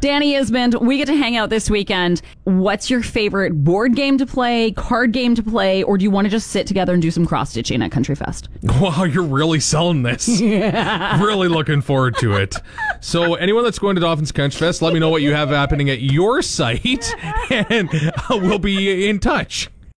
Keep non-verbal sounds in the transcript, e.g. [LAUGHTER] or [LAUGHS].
Danny Ismond, we get to hang out this weekend. What's your favorite board game to play, card game to play, or do you want to just sit together and do some cross stitching at Country Fest? [LAUGHS] Wow, you're really selling this. [LAUGHS] really looking forward to it. So, anyone that's going to Dolphins Country [LAUGHS] Fest, let me know what you have happening at your site, and uh, we'll be in touch.